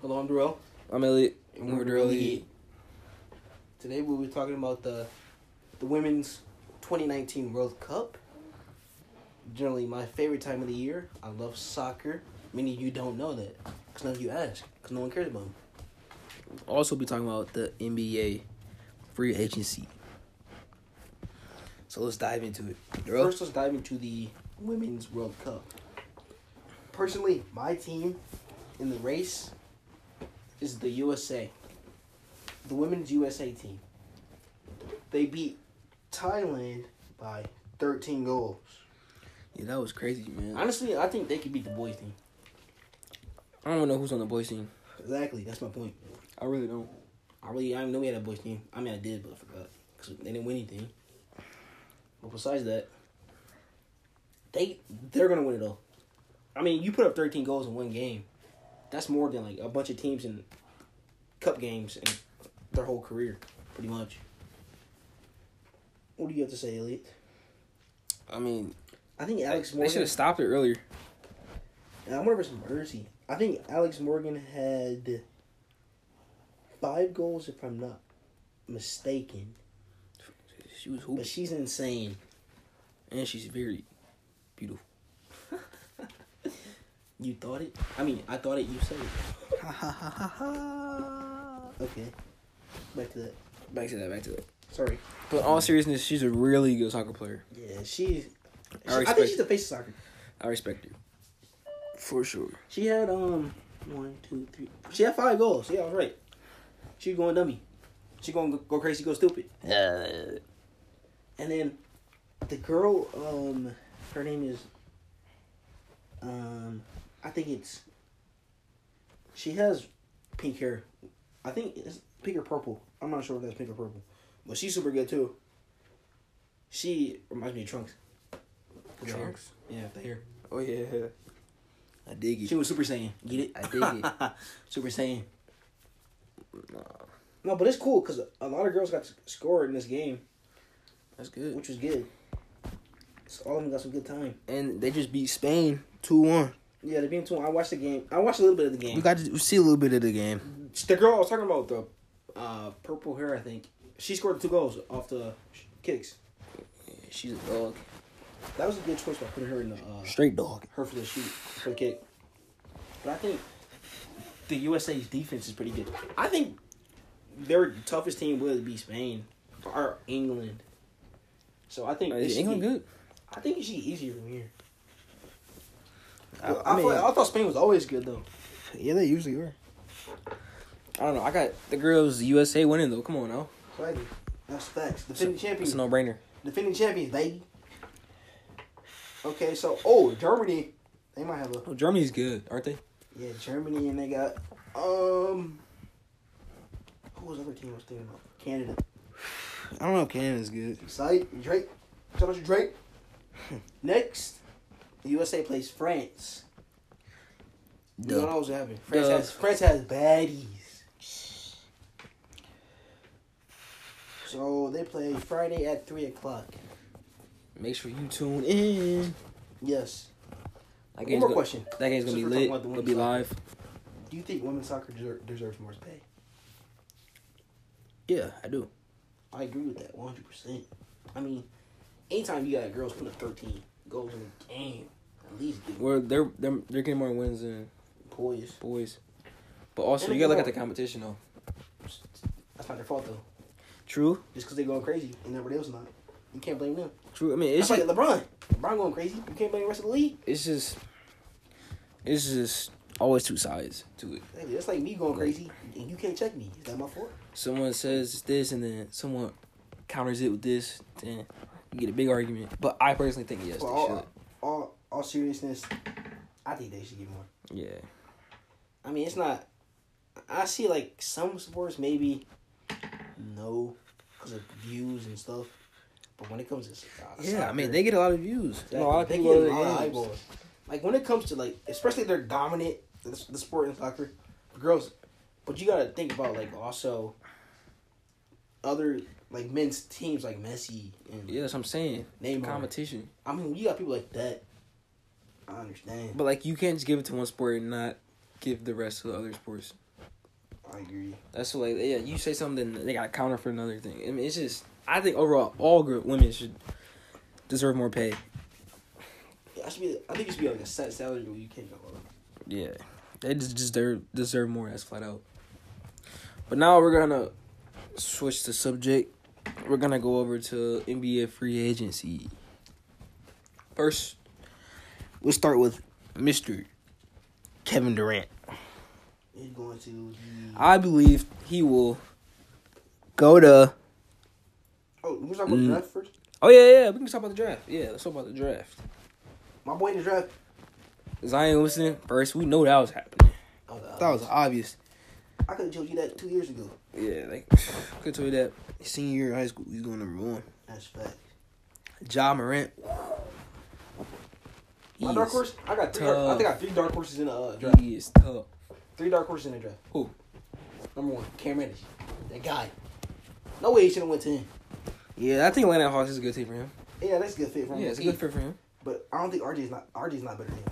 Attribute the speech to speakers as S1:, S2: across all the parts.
S1: Hello, I'm Darrell.
S2: I'm Elliot.
S1: And we're Darrell Heat. Today we'll be talking about the the women's 2019 World Cup. Generally, my favorite time of the year. I love soccer. Many of you don't know that because none of you ask because no one cares about them.
S2: Also, be talking about the NBA free agency. So let's dive into it. Darrell?
S1: First, let's dive into the Women's World Cup. Personally, my team in the race is the USA. The Women's USA team. They beat Thailand by 13 goals.
S2: yeah, that was crazy, man. I
S1: Honestly, I think they could beat the boys team.
S2: don't even know who's on the boys team.
S1: Exactly, that's my point.
S2: I really don't.
S1: I really, I didn't know we had a boys team. I mean, I did, but I forgot because they didn't win anything. But besides that, they they're gonna win it all. I mean, you put up thirteen goals in one game. That's more than like a bunch of teams in cup games and their whole career, pretty much. What do you have to say, Elliot?
S2: I mean,
S1: I think Alex
S2: they should
S1: Morgan.
S2: have stopped it earlier.
S1: And I'm gonna for some mercy. I think Alex Morgan had five goals, if I'm not mistaken.
S2: She was
S1: But
S2: hooping,
S1: she's insane.
S2: and she's very beautiful.
S1: You thought it? I mean, I thought it. You said it. Okay. Back to that.
S2: Back to that. Back to that.
S1: Sorry.
S2: But in all seriousness, she's a really good soccer player.
S1: Yeah, she.
S2: I
S1: I, think
S2: respect-
S1: she's the face of soccer.
S2: I respect her. For sure.
S1: She had um one, two, three. She had five goals. Yeah, I was right. She going dummy. She going to go crazy, go stupid.
S2: Yeah.
S1: And then the girl, um, her name is, um, I think it's. She has pink hair. I think it's pink or purple. I'm not sure if that's pink or purple, but she's super good too. She reminds me of Trunks. The hair.
S2: Trunks?
S1: Yeah, the hair.
S2: Oh yeah. I dig it.
S1: She was Super Saiyan. Get it?
S2: I dig it.
S1: super Saiyan.
S2: Nah,
S1: No, but it's cool because a lot of girls got s- scored in this game,
S2: that's good.
S1: which was good. So all of them got some good time.
S2: and they just beat Spain 2 1.
S1: Yeah, the being too. I watched the game. I watched a little bit of the game.
S2: We got to see a little bit of the game.
S1: The girl I was talking about, the uh, purple hair, I think, she scored two goals off the sh- kicks.
S2: She's a dog.
S1: That was a good choice by putting her in the uh,
S2: Straight dog.
S1: her for the shoot for the kick. But I think the USA's defense is pretty good. I think their toughest team would be Spain or England. So I think it
S2: Is
S1: should
S2: England
S1: get-
S2: good?
S1: I think it should get easier from here.
S2: I-
S1: I,
S2: I mean-
S1: feel like- I thought Spain was always good though.
S2: Yeah, they usually are. I don't know. I got the girls USA winning though. Come on now.
S1: That's facts.
S2: It's a,
S1: Defending
S2: it's
S1: champions.
S2: a no brainer.
S1: Defending champions, baby. Okay, so oh Germany, they might have a
S2: Oh, Germany's good, aren't they?
S1: yeah Germany and they got um who was the other team I was thinking about Canada.
S2: I don't know if Canada's good.
S1: Side Drake, shout out to Drake. Next, the USA plays France. You
S2: Duh.
S1: don't know what's happening. France
S2: Duh.
S1: has France has baddies. So they play Friday at three o'clock.
S2: Make sure you tune in.
S1: Yes.
S2: That
S1: One
S2: game's
S1: more
S2: go-
S1: question.
S2: That game's
S1: Since
S2: gonna be
S1: we're
S2: lit.
S1: talking about the
S2: It'll be
S1: women's
S2: live.
S1: Do you think women's soccer deser- deserves more pay?
S2: Yeah, I do.
S1: I agree with that 100%. I mean, anytime you got girls put up 13 goals in a game, at least get
S2: Well, they're they're they're getting more wins than
S1: poised.
S2: boys, but also
S1: And
S2: you
S1: they
S2: gotta look
S1: get
S2: at the
S1: more-
S2: competition though.
S1: That's not their fault, though.
S2: True,
S1: Just because they're going crazy and everybody else not. You can't blame them.
S2: true. I mean,
S1: It's
S2: it's
S1: like
S2: just,
S1: LeBron. LeBron going crazy. You can't blame the rest of the league.
S2: it's just it's just always two sides to it.
S1: Hey, That's like me going crazy and you can't check me. Is that my fault?
S2: someone says this and then someone counters it with this, then you get a big argument. But I personally think yes,
S1: Well,
S2: they
S1: all, all, all seriousness, I think they should get more.
S2: should. Yeah.
S1: I mean, it's not. I see like some sports maybe no, because of views and stuff. But when it comes to uh,
S2: Yeah, I mean
S1: soccer,
S2: they get a lot of views.
S1: exactly,
S2: a lot of
S1: they
S2: people
S1: get
S2: are
S1: a lot of
S2: the games.
S1: eyeballs. Like when it comes to like, especially they're dominant the, the sport in soccer, girls. But you gotta think about like also other like men's teams like Messi and
S2: Yeah, that's what I'm saying.
S1: Neymar.
S2: Competition.
S1: I mean, when you got people like that. I understand.
S2: But like you can't just give it to one sport and not give the rest to the other sports.
S1: I agree.
S2: That's what, like yeah, you say something then they got to counter for another thing. I mean, it's just I think overall all group women should deserve more pay.
S1: Yeah, I should be. I think it should be like a set salary where you can't go. over.
S2: Yeah, they just deserve deserve more. That's flat out. But now we're gonna switch the subject. We're gonna go over to NBA free agency. First, we'll start with Mister Kevin Durant.
S1: He's going to. the-
S2: I believe he will go to.
S1: oh, we talking about the
S2: Mm.
S1: draft first.
S2: Oh yeah, yeah. We can talk about the draft. Yeah, let's talk about the draft.
S1: My boy in the draft.
S2: Zion Wilson first. We know that was happening.
S1: Oh, God.
S2: That was obvious.
S1: I could have told you that two years ago.
S2: Yeah, like could tell you that senior year of high school, he's going number one.
S1: That's fact.
S2: Ja Morant.
S1: My
S2: He
S1: dark
S2: is-
S1: horse. I got three. Dark, I
S2: tough.
S1: think I got three dark horses in the uh, draft.
S2: He is tough.
S1: Three dark horses in the draft.
S2: Who?
S1: Number one, Cam Reddish. That guy. No way he should have went to him.
S2: Yeah, I think Atlanta Hawks is a good team for him.
S1: Yeah, that's a good fit for him.
S2: Yeah, it's a good fit for him.
S1: But I don't think RJ is not RJ is not better than him.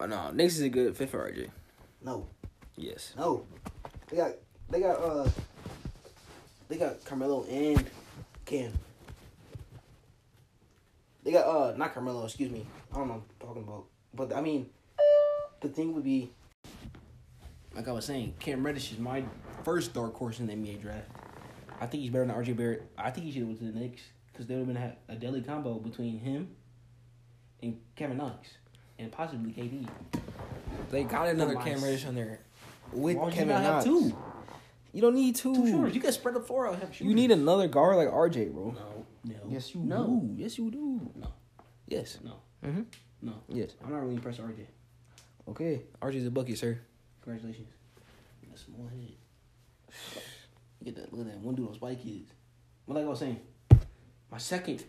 S2: Oh, no, Knicks is a good fit for RJ.
S1: No,
S2: Yes.
S1: no. They got they got uh they got Carmelo and Cam. They got uh not Carmelo, excuse me. I don't know what I'm talking about. But I mean the thing would be like I was saying, Cam Reddish is my first dark horse in the NBA draft. I think he's better than RJ Barrett. I think he should have went to the Knicks because they would have been ha- a deadly combo between him and Kevin Knox and possibly KD.
S2: They got another
S1: Nice.
S2: Cam Reddish on there. With
S1: Why would you
S2: Kevin
S1: not have
S2: Knox.
S1: two?
S2: You don't need two.
S1: Two shooters. You can spread the floor out. Have shooters.
S2: You need another guard like RJ, bro.
S1: No. No.
S2: Yes, you
S1: no.
S2: do. Yes, you do.
S1: No.
S2: Yes.
S1: No.
S2: Mm-hmm.
S1: No.
S2: Yes.
S1: I'm not really impressed with RJ.
S2: Okay. RJ's a bucket, sir.
S1: Congratulations. You got a small head. Look at that. Look at that. One dude on Spike Kids. But like I was saying, my second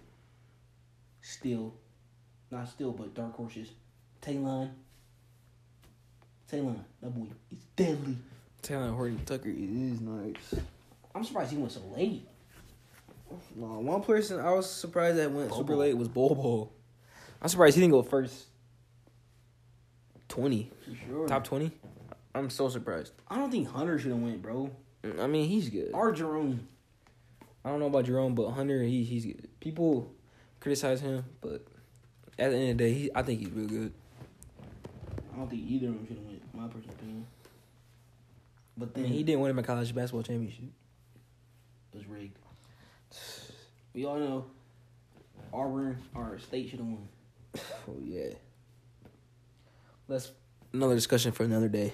S1: still, not still, but dark horses, Taylon. Taylon, that boy is deadly.
S2: Taylor Horton Tucker is nice.
S1: I'm surprised he went so late.
S2: No, one person I was surprised that went
S1: Bobo.
S2: super late was Bobo. I'm surprised he didn't go first. Twenty,
S1: For sure.
S2: top twenty. I'm so surprised.
S1: I don't think Hunter should have went, bro.
S2: I mean, he's good.
S1: Or Jerome.
S2: I don't know about Jerome, but Hunter, he he's good. People criticize him, but at the end of the day, he, I think he's real good.
S1: I don't think either of them should have went. My personal opinion. But
S2: I
S1: then
S2: mean, he didn't win my college basketball championship.
S1: It was rigged. We all know Auburn or State should have won.
S2: Oh yeah. That's another discussion for another day.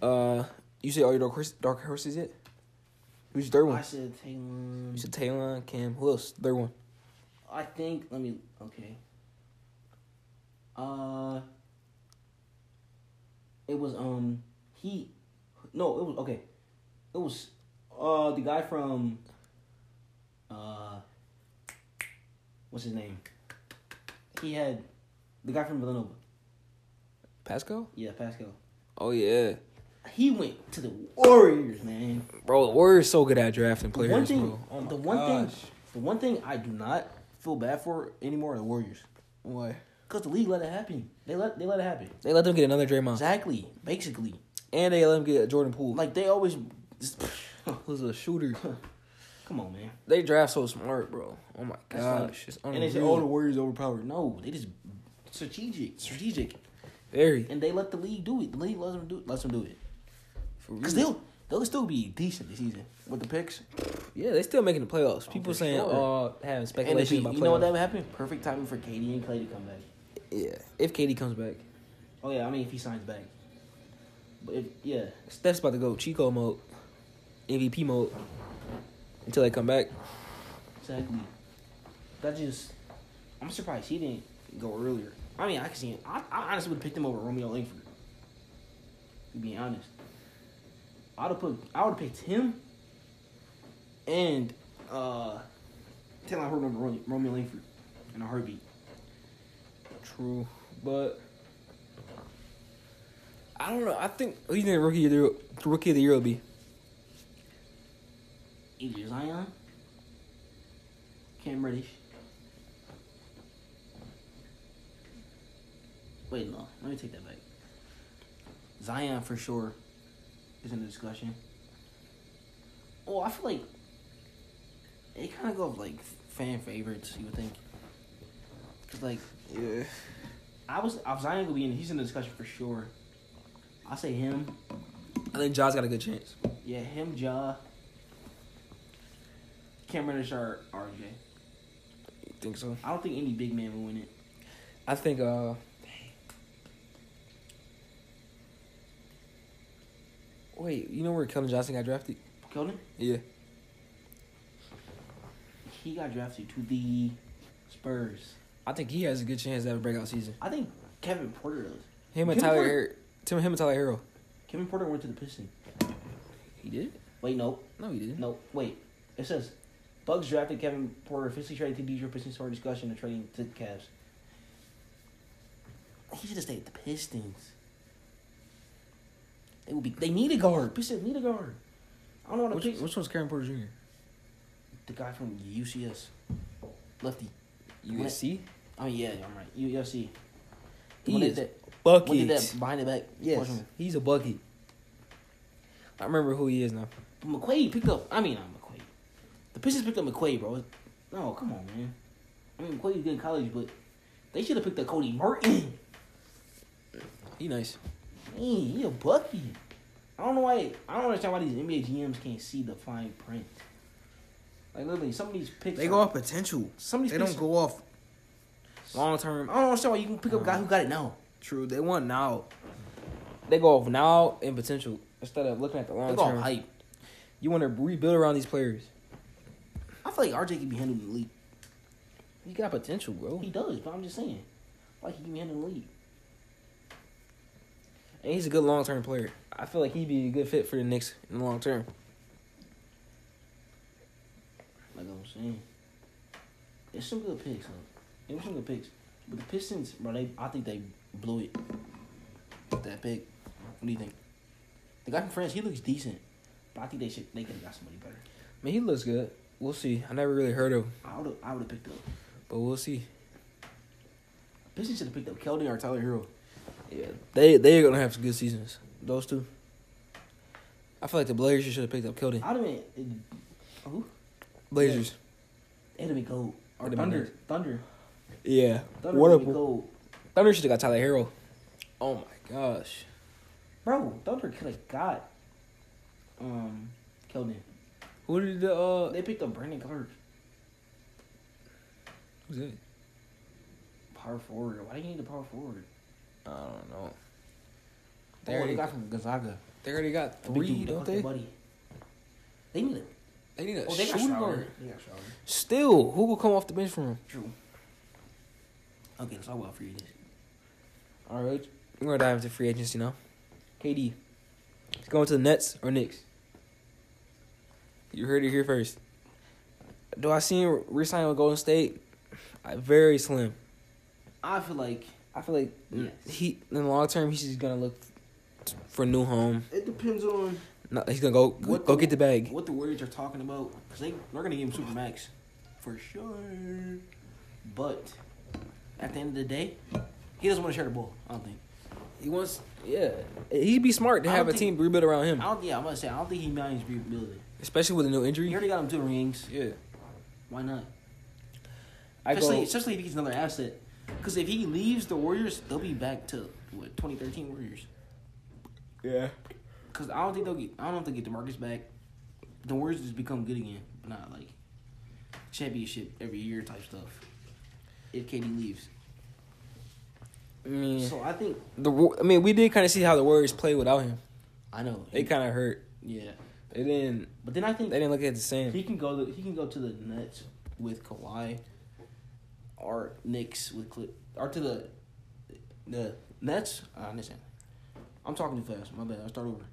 S2: Uh, you say all your dark horse, dark horses yet? Who's your third one?
S1: I said Taylor.
S2: You said Taylon, Cam. Who else? Third one.
S1: I think. Let me. Okay. Uh. It was um he, no it was okay, it was uh the guy from. Uh. What's his name? He had, the guy from Villanova.
S2: Pasco?
S1: Yeah, Pascal.
S2: Oh yeah,
S1: He went to the Warriors, man.
S2: bro. The Warriors so good at drafting players.
S1: one thing,
S2: bro. Oh my
S1: the one
S2: gosh.
S1: thing, the one thing I do not feel bad for anymore are the Warriors,
S2: What?
S1: cause the league let it happen. They let they let it happen.
S2: They let them get another Draymond,
S1: Exactly, basically,
S2: and they let them get Jordan Poole.
S1: like they always. just-
S2: who's a shooter?
S1: Come on, man.
S2: they draft so smart, bro. Oh my
S1: That's
S2: gosh, it's
S1: like- and
S2: unreal.
S1: they said, "Oh, the Warriors overpowered." No, they just strategic, strategic,
S2: very
S1: and they let the league do it. The league lets them do, lets them do it,
S2: for
S1: cause
S2: real.
S1: they'll they'll still be decent this season with the picks.
S2: yeah, they still making the playoffs.
S1: Oh,
S2: People
S1: for
S2: saying,
S1: sure.
S2: "Oh, having
S1: And if
S2: speculation
S1: you,
S2: about
S1: you know what that
S2: playoffs."
S1: would happen? Perfect timing for Katie and Clay to come back.
S2: yeah, if Katie comes back,
S1: Oh yeah, I mean if he signs back, but if yeah.
S2: Steph's about to go Chico mode, MVP mode, until they come back.
S1: Exactly. That just, I'm surprised he didn't go earlier. I mean, I could see him. I, I honestly would have picked him over Romeo Langford. To be honest, I'd have put, I would have picked him, and uh, Taylor Horton over Romeo, Romeo Langford in a heartbeat.
S2: True, but I don't know. I think who do you think rookie of the year, rookie of the year will be?
S1: either Zion, Cam Reddish. Wait, no. Let me take that back. Zion for sure is in the discussion. Oh, I feel like it kind of goes like fan favorites. You would think, cause like
S2: Yeah.
S1: I was, I was Zion gonna be in. He's in the discussion for sure. I say him.
S2: I think Jaws got a good chance.
S1: Yeah, him, Ja. Cameron Reddish or RJ.
S2: You think so?
S1: I don't think any big man will win it.
S2: I think uh Wait, you know where Kellen Johnson got drafted?
S1: Keldon,
S2: Yeah.
S1: he got drafted to the Spurs.
S2: I think he has a good chance to have a breakout season.
S1: I think Kevin Porter does.
S2: Him
S1: Kevin
S2: and Tyler
S1: Porter-
S2: Her- Tim him and Tyler Hero.
S1: Kevin Porter went to the Pistons.
S2: He did?
S1: Wait, no,
S2: No, he didn't.
S1: no, wait. It says Bucks drafted Kevin Porter officially traded to Detroit Pistons for discussion and trading to the Cavs. He should have stayed at the Pistons. They will be. They need a guard. Pistons need a guard. I don't know how to
S2: Which,
S1: pick
S2: which one's Karen Porter Jr.?
S1: the guy from UCS, lefty.
S2: USC?
S1: Oh yeah, I'm right. UFC.
S2: He
S1: When they
S2: is
S1: did that, when they did
S2: Bucket.
S1: that behind the back.
S2: Yes,
S1: portion.
S2: he's a bucket. I remember who he is now.
S1: But McQuaid picked up. I mean, not McQuaid. The Pistons picked up McQuaid, bro. No, come on, man. I mean, McQuaid's good in college, but they should have picked up Cody Martin.
S2: He nice.
S1: Man, he a bucky. I don't know why. I don't understand why these NBA GMs can't see the fine print. Like literally, some of these picks.
S2: They
S1: are-
S2: go off potential.
S1: Some of these
S2: They
S1: picks.
S2: don't go off long term.
S1: I don't understand why you can pick up a
S2: Uh-huh.
S1: guy who got it now.
S2: True, they want now. They go off now and potential instead of looking at the
S1: They
S2: long
S1: go off
S2: term.
S1: hype.
S2: You want to rebuild around these players.
S1: I feel like RJ can be handled in the league.
S2: He got potential, bro.
S1: He does, but I'm just saying, like he can be handled in the league.
S2: And he's a good long term player. I feel like he'd be a good fit for the Knicks in the long term.
S1: Like I'm saying, it's some good picks. Though. It was some good picks, but the Pistons, bro, they I think they blew it. with That pick. What do you think? The guy from France, he looks decent, but I think they should. They could have got somebody better.
S2: I mean, he looks good. We'll see. I never really heard of him,
S1: I would have. I would have picked up.
S2: but we'll see.
S1: Pistons should have picked up Keldon or Tyler Hero.
S2: Yeah, they they are gonna have some good seasons. Those two. I feel like the Blazers should have picked up Keldon.
S1: I'd have been. It, who?
S2: Blazers.
S1: It'd have been gold. Or
S2: It'd have been
S1: Thunder.
S2: nice.
S1: Thunder.
S2: Yeah.
S1: Thunder.
S2: what
S1: would
S2: up?
S1: be gold.
S2: Thunder should have got Tyler Hero. Oh my gosh.
S1: Bro, Thunder could have got um Keldon.
S2: Who did the uh?
S1: They picked up Brandon Clark.
S2: Who's that?
S1: Power forward. Why do you need a power forward?
S2: I don't know. They
S1: They oh, the
S2: already
S1: guy
S2: got.
S1: from Gonzaga.
S2: They already got three, don't they?
S1: Buddy. They need a
S2: They need a
S1: oh, they got
S2: shooting
S1: Schroeder.
S2: guard.
S1: They got Schroeder.
S2: Still, who will come off the bench for him?
S1: True. Okay, that's all well for you. This.
S2: All right, we're gonna dive into free agency now. KD, he's going to the Nets or Knicks. You heard it here first. Do I see him re-signing with Golden State? I, very slim.
S1: I feel like
S2: I feel like
S1: Yes.
S2: he in the long term he's just gonna look for a new home.
S1: it depends on
S2: No, he's gonna go
S1: What
S2: go
S1: the-
S2: get the bag.
S1: what the Warriors are talking about because they they're gonna give him super max for sure. But at the end of the day, he doesn't want to share the ball. I don't think.
S2: He wants, yeah. He'd be smart to
S1: I
S2: have a
S1: don't
S2: team rebuild around him,
S1: I don't. Yeah, I'm gonna say I don't think he minds rebuilding.
S2: especially with a new
S1: You
S2: injury.
S1: already got him two rings.
S2: Yeah,
S1: Why not?
S2: I
S1: especially,
S2: go.
S1: especially if he's another asset. Because if he leaves the Warriors, they'll be back to what 2013 Warriors.
S2: Yeah,
S1: Because I don't think they'll get. I don't know if they'll get Demarcus back. The Warriors just become good again, but not like championship every year type stuff. If KD leaves,
S2: I mean,
S1: so I think
S2: the Wa- I mean, we did kind of see how the Warriors play without him.
S1: I know.
S2: They kind of hurt.
S1: yeah,
S2: They didn't.
S1: but then I
S2: They
S1: think
S2: didn't look at
S1: he
S2: the same.
S1: can go. To, he can go to the Nets with Kawhi, or Knicks with Clip, or to the the Nets. I understand. I'm talking too fast. My bad. I'll start over.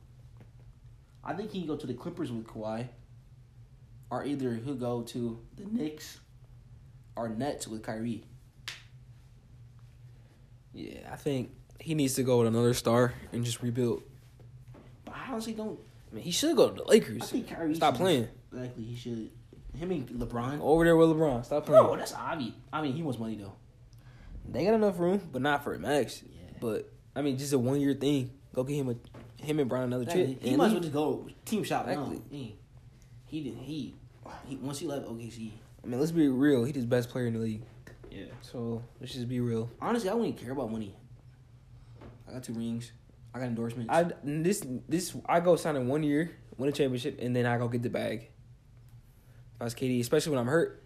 S1: I think he can go to the Clippers with Kawhi, or either he'll go to the Knicks or Nets with Kyrie.
S2: Yeah, I think he needs to go with another star and just rebuild.
S1: But I honestly don't.
S2: I mean, he should go to the
S1: I
S2: Lakers.
S1: think Kyrie
S2: Stop
S1: should-
S2: playing.
S1: Exactly, he should. Him and LeBron.
S2: Over there with LeBron. Stop playing.
S1: Bro, that's obvious. I mean, he wants money though.
S2: They got enough room, but not for a max.
S1: Yeah.
S2: But I mean, just a one year thing. Go get him a him and Brown another
S1: Exactly.
S2: chip.
S1: He
S2: and
S1: might as
S2: leave.
S1: well just go team shop now.
S2: Exactly.
S1: He, he didn't. He, he once he left OKC.
S2: I mean, let's be real. He's the best player in the league.
S1: Yeah.
S2: So let's just be real.
S1: Honestly, I wouldn't even care about money. I got two rings. I got endorsements.
S2: I this this I go sign in one year, win a championship, and then I go get the bag. If I was KD, especially when I'm hurt.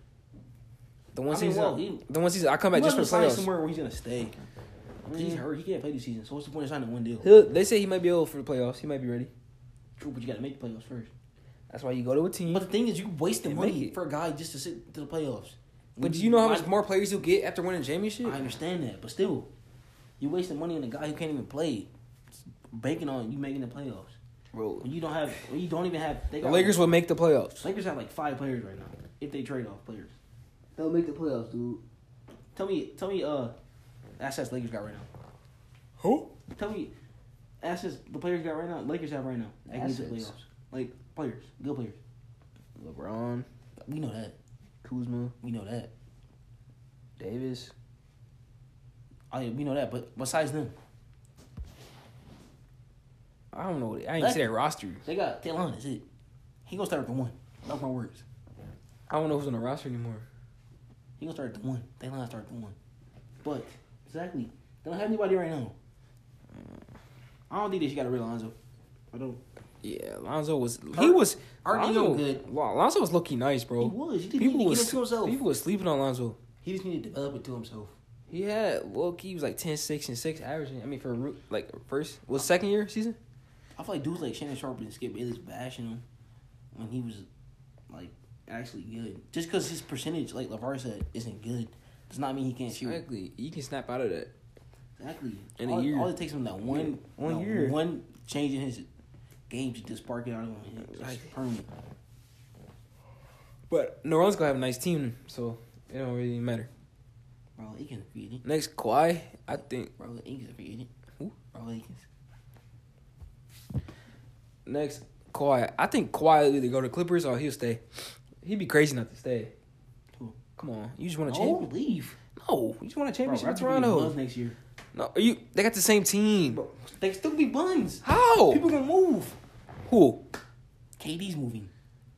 S2: The one
S1: I mean,
S2: season,
S1: well, he-
S2: the one season I come
S1: He
S2: back
S1: might
S2: just for
S1: as well sign
S2: playoffs.
S1: somewhere where he's gonna stay. 'Cause He's
S2: Mm.
S1: hurt. He can't play this season. So what's the point of signing one deal?
S2: He'll, they say he might be old for the playoffs. He might be ready.
S1: True, but you gotta make the playoffs first.
S2: That's why you go to a team.
S1: But the
S2: But,
S1: thing is, you waste the
S2: And
S1: money
S2: make it.
S1: for a guy just to sit to the playoffs.
S2: do you know how
S1: Why-
S2: much more players you'll get after winning a championship?
S1: I understand that, but still, you wasting money on a guy who can't even play, banking on you making the playoffs.
S2: Bro,
S1: When you don't have, when you don't even have, they
S2: the Lakers will make the playoffs.
S1: Lakers have like five players right now. If they trade off players, they'll make the playoffs, dude. Tell me, tell me, uh, assets Lakers got right now.
S2: Who?
S1: Tell me, assets the players got right now. Lakers have right now. They can get to the
S2: Assets.
S1: playoffs. Like players, good players.
S2: LeBron,
S1: We know that.
S2: Kuzma,
S1: We know that.
S2: Davis.
S1: I Oh, we know that. But besides them,
S2: I don't know. I ain't see that roster.
S1: they got Taylon. Is it? He gonna start with the one. Mark my words.
S2: I don't know who's on the roster anymore.
S1: He gonna start at the one. They gonna start at the one. But exactly, they don't have anybody right now. I don't think they should got rid of Lonzo. I don't.
S2: Yeah, Lonzo was he
S1: Ar-
S2: was
S1: Arden's
S2: Lonzo,
S1: no good.
S2: Wow, Lonzo was low key nice, bro.
S1: He was. He didn't
S2: people
S1: need to
S2: was
S1: get it to himself.
S2: people was sleeping on Lonzo.
S1: He just needed to develop it to himself.
S2: He had low key he was like 10, 6, and six averaging. I mean for a roo- like first was second year season.
S1: I feel like dudes like Shannon Sharp and Skip Bayless bashing him when he was like actually good. Just because his percentage, like Lavar said, isn't good, does not mean he can't shoot.
S2: Exactly, you can snap out of that.
S1: Exactly.
S2: In a
S1: all,
S2: year.
S1: all it takes him that one,
S2: Yeah, one
S1: that
S2: year.
S1: one change in his game to just spark it out of him. It's
S2: Exactly.
S1: permanent.
S2: But New Orleans gonna have a nice team, so it don't really matter.
S1: Bro, Aikens a free agent.
S2: Next Kawhi, I think
S1: Bro, Aikens a free agent.
S2: Who?
S1: Bro, Aikens.
S2: next Kawhi, I think Kawhi will either go to Clippers or he'll stay. He'd be crazy not to stay.
S1: Who?
S2: Come on, you just want
S1: Oh,
S2: a champion?
S1: leave.
S2: No, you just want a
S1: Bro,
S2: championship in
S1: Raptors gonna be buns
S2: Toronto.
S1: next year.
S2: No, are you? They got the same team.
S1: Bro, they still be buns.
S2: How?
S1: People gonna move.
S2: Who?
S1: KD's moving.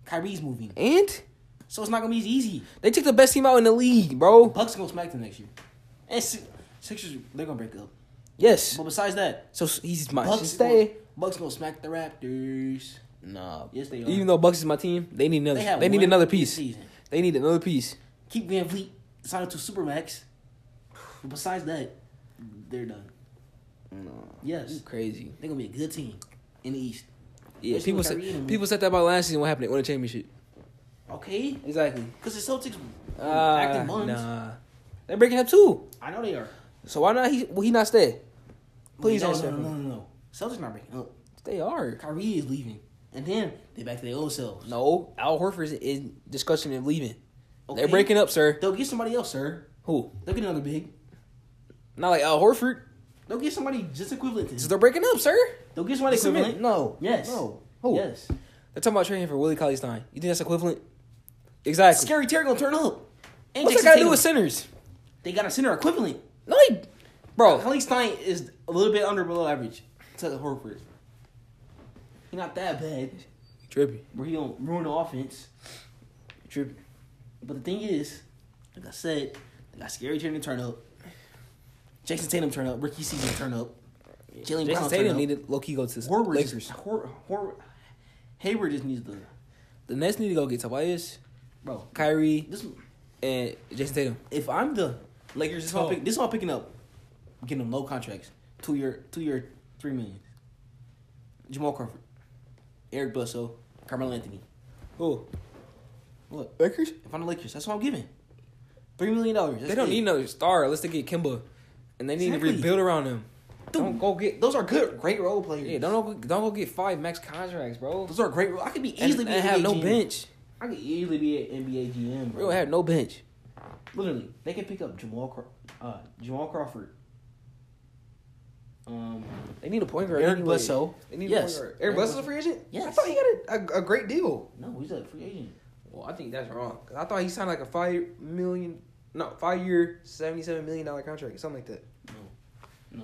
S1: Kyrie's moving.
S2: And
S1: So it's not gonna be as easy.
S2: they took the best team out in the league, bro.
S1: Bucks gonna smack them next year. And Si- Sixers, they're gonna break up.
S2: Yes.
S1: But besides that,
S2: So s- he's my
S1: Bucks
S2: should stay.
S1: Gonna, Bucks gonna smack the Raptors.
S2: Nah.
S1: Yes, they are.
S2: Even though Bucks is my team, they need another. They, need
S1: one
S2: another
S1: good
S2: piece.
S1: Season.
S2: They need another piece.
S1: Keep Van Vliet signed to Supermax. But besides that, they're done.
S2: No.
S1: Yes,
S2: Crazy.
S1: they're gonna be a good team in the East.
S2: Yeah.
S1: Especially
S2: People
S1: with Kyrie in
S2: said
S1: them.
S2: people said that about last season. What happened? They won a championship.
S1: Okay,
S2: Exactly.
S1: because the Celtics
S2: Uh,
S1: acting buns.
S2: nah. They're breaking up too.
S1: I know they are.
S2: So why not he? Will he not stay? Please
S1: no, no,
S2: don't stay.
S1: no, no, no, no. Celtics not breaking up.
S2: They are.
S1: Kyrie is leaving, and then they back to their old selves.
S2: No, Al Horford is in discussion of leaving. They're
S1: Okay.
S2: breaking up, sir.
S1: They'll get somebody else, sir.
S2: Who?
S1: They'll get another big.
S2: Not like Al Horford.
S1: They'll get somebody just equivalent to
S2: So
S1: him.
S2: they're breaking up, sir.
S1: They'll get somebody equivalent.
S2: No.
S1: Yes.
S2: No. Who?
S1: Yes.
S2: They're talking about trading for Willie Cauley Stein. You think that's equivalent? Exactly.
S1: Scary Terry gonna turn up. And Jason
S2: What's that got to do
S1: Tatum.
S2: with centers?
S1: They got a center equivalent.
S2: No, he- bro.
S1: Kelly Stein is a little bit under below average to Horford. He's not that bad.
S2: Trippy,
S1: Where he don't ruin the offense.
S2: trippy.
S1: But the thing is, like I said, they got Scary Terry to turn up. Jason Tatum turn up. Ricky Season turn up. Jalen
S2: Jason
S1: Brown
S2: Tatum
S1: turn up.
S2: needed low key go to the
S1: Horford
S2: Lakers.
S1: just, Hor, Hor, Hayward just needs the
S2: The Nets need to go get Tobias,
S1: bro.
S2: Kyrie,
S1: This
S2: and Jason Tatum.
S1: if I'm the Lakers, this is what I'm
S2: Oh.
S1: pick, this is what I'm picking up. Getting them low contracts, two year, two year, three million. Jamal Crawford, Eric Bledsoe, Carmelo Anthony.
S2: Who?
S1: Look,
S2: Lakers?
S1: if I'm the Lakers, that's what I'm giving. Three million dollars.
S2: They don't need another star unless they get Kimba, and they need
S1: Exactly.
S2: to rebuild around him. Don't go get.
S1: Those are good, great role players.
S2: Yeah, don't go, don't go get five max contracts, bro.
S1: Those are great. Role. I could be
S2: And,
S1: easily
S2: and
S1: be an
S2: have
S1: NBA
S2: no
S1: GM.
S2: bench.
S1: I could easily be an NBA GM.
S2: We
S1: Bro.
S2: don't have no bench.
S1: Literally, they can pick up Jamal, Craw- uh, Jamal Crawford, Um,
S2: They need a point guard.
S1: Eric
S2: anyway.
S1: Bledsoe.
S2: They need
S1: Yes.
S2: a point guard. Eric Bledsoe's a free agent. I
S1: Yes.
S2: thought he got a, a, a great deal.
S1: No, he's a free agent.
S2: Well, I think that's wrong. 'Cause I thought he signed like a five million, no, five year, seventy seven million dollar contract, something like that.
S1: No.
S2: You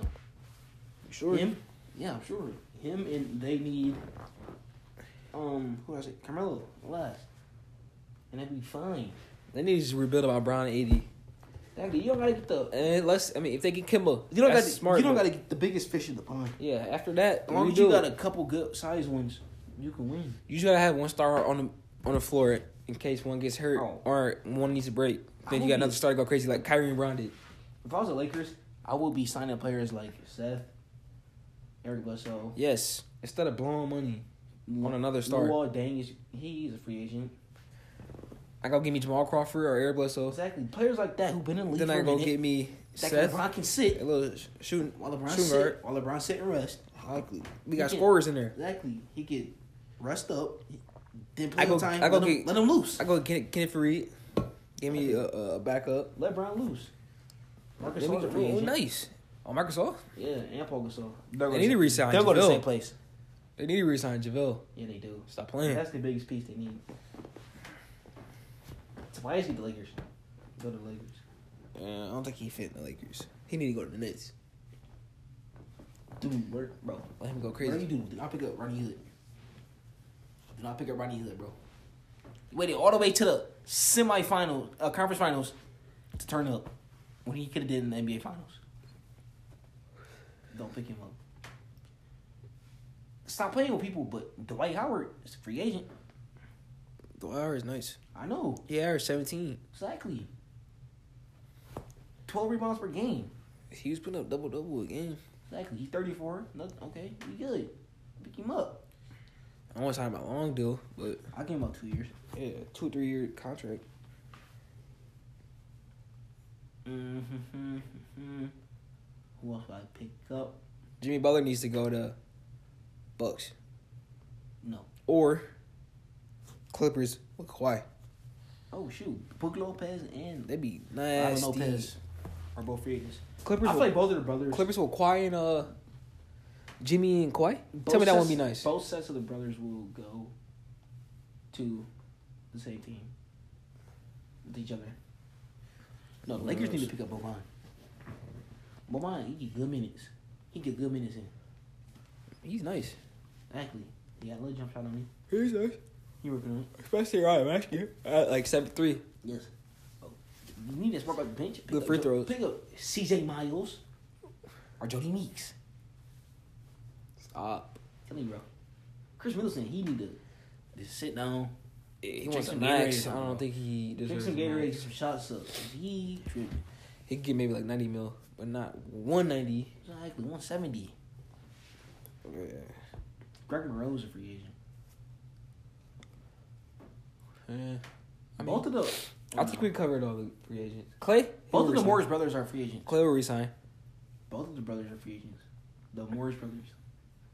S2: sure?
S1: Him? Yeah, I'm sure. Him and they need um who was it? Carmelo last. And that'd be fine.
S2: They need to just rebuild about Brown and eighty.
S1: Exactly. You don't gotta get the
S2: And let's, I mean, if they get Kimba,
S1: you don't
S2: that's
S1: gotta
S2: smart.
S1: you don't
S2: but-
S1: gotta get the biggest fish in the pond.
S2: Yeah, after that,
S1: As long as
S2: rebuild.
S1: you got a couple good size ones, you can win.
S2: You just gotta have one star on the on the floor in case one gets hurt
S1: Oh.
S2: or one needs a break.
S1: I would
S2: Then you got
S1: be-
S2: another star to go crazy like Kyrie and Brown did.
S1: If I was the Lakers, I would be signing players like Seth, Eric Bledsoe,
S2: Yes, instead of blowing money on another star,
S1: Luol Deng is he's a free agent.
S2: I go get me Jamal Crawford or Eric Bledsoe.
S1: Exactly. Players like that who've been in the league
S2: Then
S1: for
S2: I
S1: a
S2: go
S1: minute.
S2: get me
S1: that
S2: Seth,
S1: LeBron can sit
S2: a little sh- shooting.
S1: while LeBron
S2: shooting guard.
S1: sit while LeBron sit and rest.
S2: We got
S1: Yeah.
S2: scorers in there.
S1: Exactly. He get rest up, then
S2: I
S1: play
S2: go-
S1: on time.
S2: I go
S1: let, him,
S2: get-
S1: let him loose.
S2: I go get Kenneth Reed. Give me a, a backup.
S1: let Brown loose. Marcus
S2: Then we
S1: Gasol's a free
S2: go, ooh,
S1: agent.
S2: nice. Oh, Microsoft?
S1: Yeah, and Paul Gasol.
S2: They need to resign
S1: They'll go to the
S2: JaVale.
S1: same place.
S2: They need to resign JaVale.
S1: Yeah, they do.
S2: Stop playing.
S1: That's the biggest piece they need. Tobias need the Lakers. Go to the Lakers.
S2: Yeah, I don't think he fit in the Lakers. He need to go to the Nets.
S1: Dude, where, bro?
S2: Let him go
S1: What do you
S2: crazy.
S1: do? Do not pick up Ronnie Hood. Do not pick up Ronnie Hood, bro. You waited all the way to the semifinal, uh, conference finals, to turn up when he could have did in the NBA finals. Don't pick him up. Stop playing with people, but Dwight Howard is a free agent.
S2: Dwight Howard's nice.
S1: I know
S2: He averaged 17.
S1: exactly. Twelve rebounds per game.
S2: He was putting up double double again.
S1: Exactly. He's thirty four. Okay, we good. Pick him up.
S2: I want to talk about long deal, but
S1: I give him about two years.
S2: yeah, two three year contract.
S1: Mm-hmm. Who else would I pick up?
S2: Jimmy Butler needs to go to Bucks
S1: No.
S2: or Clippers with Kawhi.
S1: Oh shoot, Brook Lopez and
S2: That'd be
S1: Robin
S2: nasty.
S1: Lopez are both free agents.
S2: Clippers.
S1: I play
S2: With,
S1: both of the brothers.
S2: Clippers with Kawhi and uh Jimmy and Kawhi.
S1: Both
S2: Tell me that
S1: sets-
S2: wouldn't be nice.
S1: Both sets of the brothers will go to the same team with each other. No, the Lakers need to pick up Boban. Boban, he get good minutes. He get good minutes in.
S2: He's nice.
S1: Actually, he got a little jump shot on me.
S2: He's nice,
S1: He working on it.
S2: especially right last year. Uh, like seven three.
S1: Yes. Oh, You need to spark up the bench. Pick
S2: Good
S1: up
S2: free
S1: Jo-
S2: throws.
S1: Pick up CJ Miles or Jody Meeks.
S2: Stop.
S1: Tell me, bro. Chris Middleton, he need to just sit down,
S2: He
S1: Drink
S2: wants a
S1: some
S2: max.
S1: Gatorade or
S2: I don't
S1: something.
S2: think he
S1: drink
S2: deserves
S1: some
S2: a max.
S1: Gatorade, get some shots up. He tripping.
S2: He could get maybe like ninety mil, but not one ninety.
S1: Exactly, 170. Gregory Rose a free agent.
S2: Yeah. I mean,
S1: both of the.
S2: I think we covered all the free agents. Clay? He
S1: both
S2: will
S1: of the
S2: resign.
S1: Morris brothers are free agents.
S2: Clay will resign.
S1: Both of the brothers are free agents. The Morris brothers.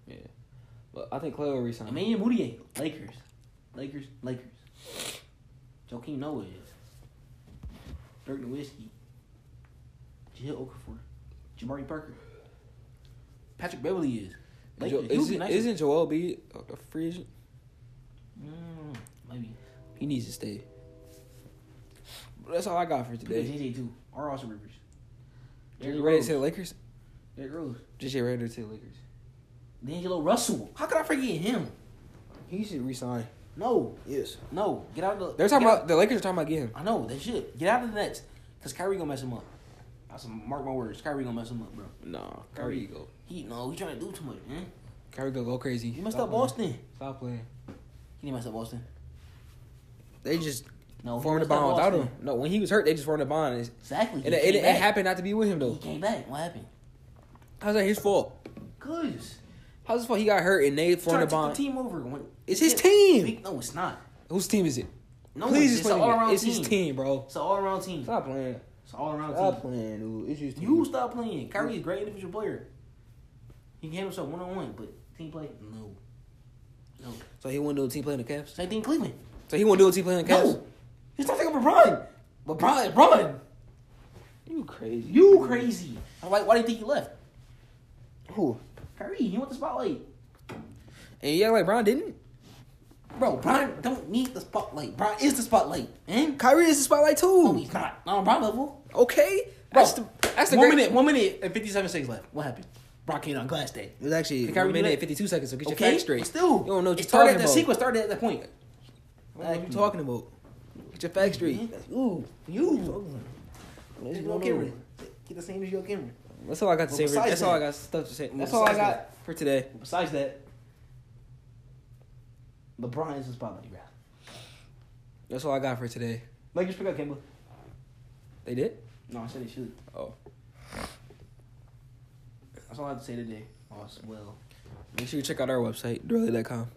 S2: Yeah. But I think Clay will resign.
S1: Emmanuel Moutier, Lakers. Lakers, Lakers. Joakim Noah is. Dirk Nowitzki. Jill Okafor. Jamari Parker. Patrick Beverly is.
S2: Jo-
S1: Lakers. He would
S2: isn't,
S1: be nice.
S2: isn't Joel B a free agent?
S1: Mm, maybe.
S2: He needs to stay. But that's all I got for
S1: Pick up
S2: today.
S1: JJ too. Or Austin Rivers.
S2: You ready to the Lakers?
S1: Derrick Rose.
S2: JJ Redick to the Lakers.
S1: D'Angelo Russell. How could I forget him?
S2: He should resign.
S1: No,
S2: Yes.
S1: no. Get out of the.
S2: They're talking
S1: get
S2: about the Lakers are talking about getting him.
S1: I know they should get out of the Nets because Kyrie gonna mess him up. That's mark my words. Kyrie gonna mess him up, bro.
S2: No,
S1: Kyrie.
S2: Kyrie go.
S1: He no, he trying to do too much, man.
S2: Kyrie go go crazy.
S1: He messed
S2: Stop
S1: up
S2: playing.
S1: Boston.
S2: Stop playing.
S1: He didn't mess up Boston.
S2: They just
S1: No, he
S2: formed a
S1: messed up
S2: bond without
S1: Boston.
S2: him. No, when he was hurt, they just formed a bond. It's-
S1: Exactly.
S2: And
S1: He
S2: it, it,
S1: came
S2: it
S1: back.
S2: happened not to be with him though.
S1: He came back. What happened?
S2: How's that his fault?
S1: Cause
S2: How's his fault? He got hurt and they
S1: trying
S2: formed
S1: to
S2: a
S1: take the
S2: bond.
S1: team over. When,
S2: It's his team.
S1: No, it's not.
S2: Whose team is it?
S1: No,
S2: Please
S1: it's, it's an
S2: explain.
S1: all
S2: to
S1: around
S2: me.
S1: team.
S2: It's his team, bro.
S1: It's an all around team.
S2: Stop playing.
S1: It's an all around
S2: Stop
S1: team.
S2: playing, dude. It's just
S1: You stop playing. Kyrie is a great individual player. He can handle himself one on one, but team play no, no.
S2: So he won't do a team playing the Cavs.
S1: Same thing, Cleveland.
S2: So he won't do a team playing the Cavs.
S1: No, he's not taking LeBron. LeBron, LeBron,
S2: You crazy?
S1: you crazy. Why, why do you think he left? Who? Curry. He want the spotlight.
S2: And yeah, like Brown didn't.
S1: Bro, Brian don't need the spotlight. Brian is the spotlight. And
S2: Kyrie is the spotlight
S1: no,
S2: too.
S1: he's not. Not on Brian level.
S2: Okay,
S1: Bro,
S2: that's the that's the
S1: one
S2: great-
S1: minute, one minute and fifty-seven seconds left. What happened? Brock came on glass day.
S2: It was actually
S1: Did Kyrie
S2: one
S1: do
S2: minute
S1: that?
S2: and fifty two seconds. So get
S1: Okay,
S2: your facts straight.
S1: Still,
S2: you don't know what
S1: it
S2: you're
S1: started.
S2: talking
S1: That
S2: about.
S1: sequence started at that point.
S2: What are you talking about? Get your facts straight.
S1: Ooh, you.
S2: What's
S1: Mm-hmm. Just
S2: going
S1: Yo
S2: on?
S1: Cameron. Get the same as Yo Cameron.
S2: That's all I got to
S1: Well,
S2: say. for-
S1: besides
S2: That's all
S1: that-
S2: I got stuff to say.
S1: Well,
S2: That's all I
S1: besides
S2: got for today.
S1: Besides that, LeBron is the spotlight, bro.
S2: That's all I got for today.
S1: Lakers pick up Kimba.
S2: They did.
S1: No, I said they should.
S2: Oh,
S1: That's all I have to say today. Awesome. Well,
S2: make sure you check out our website, Durley.com.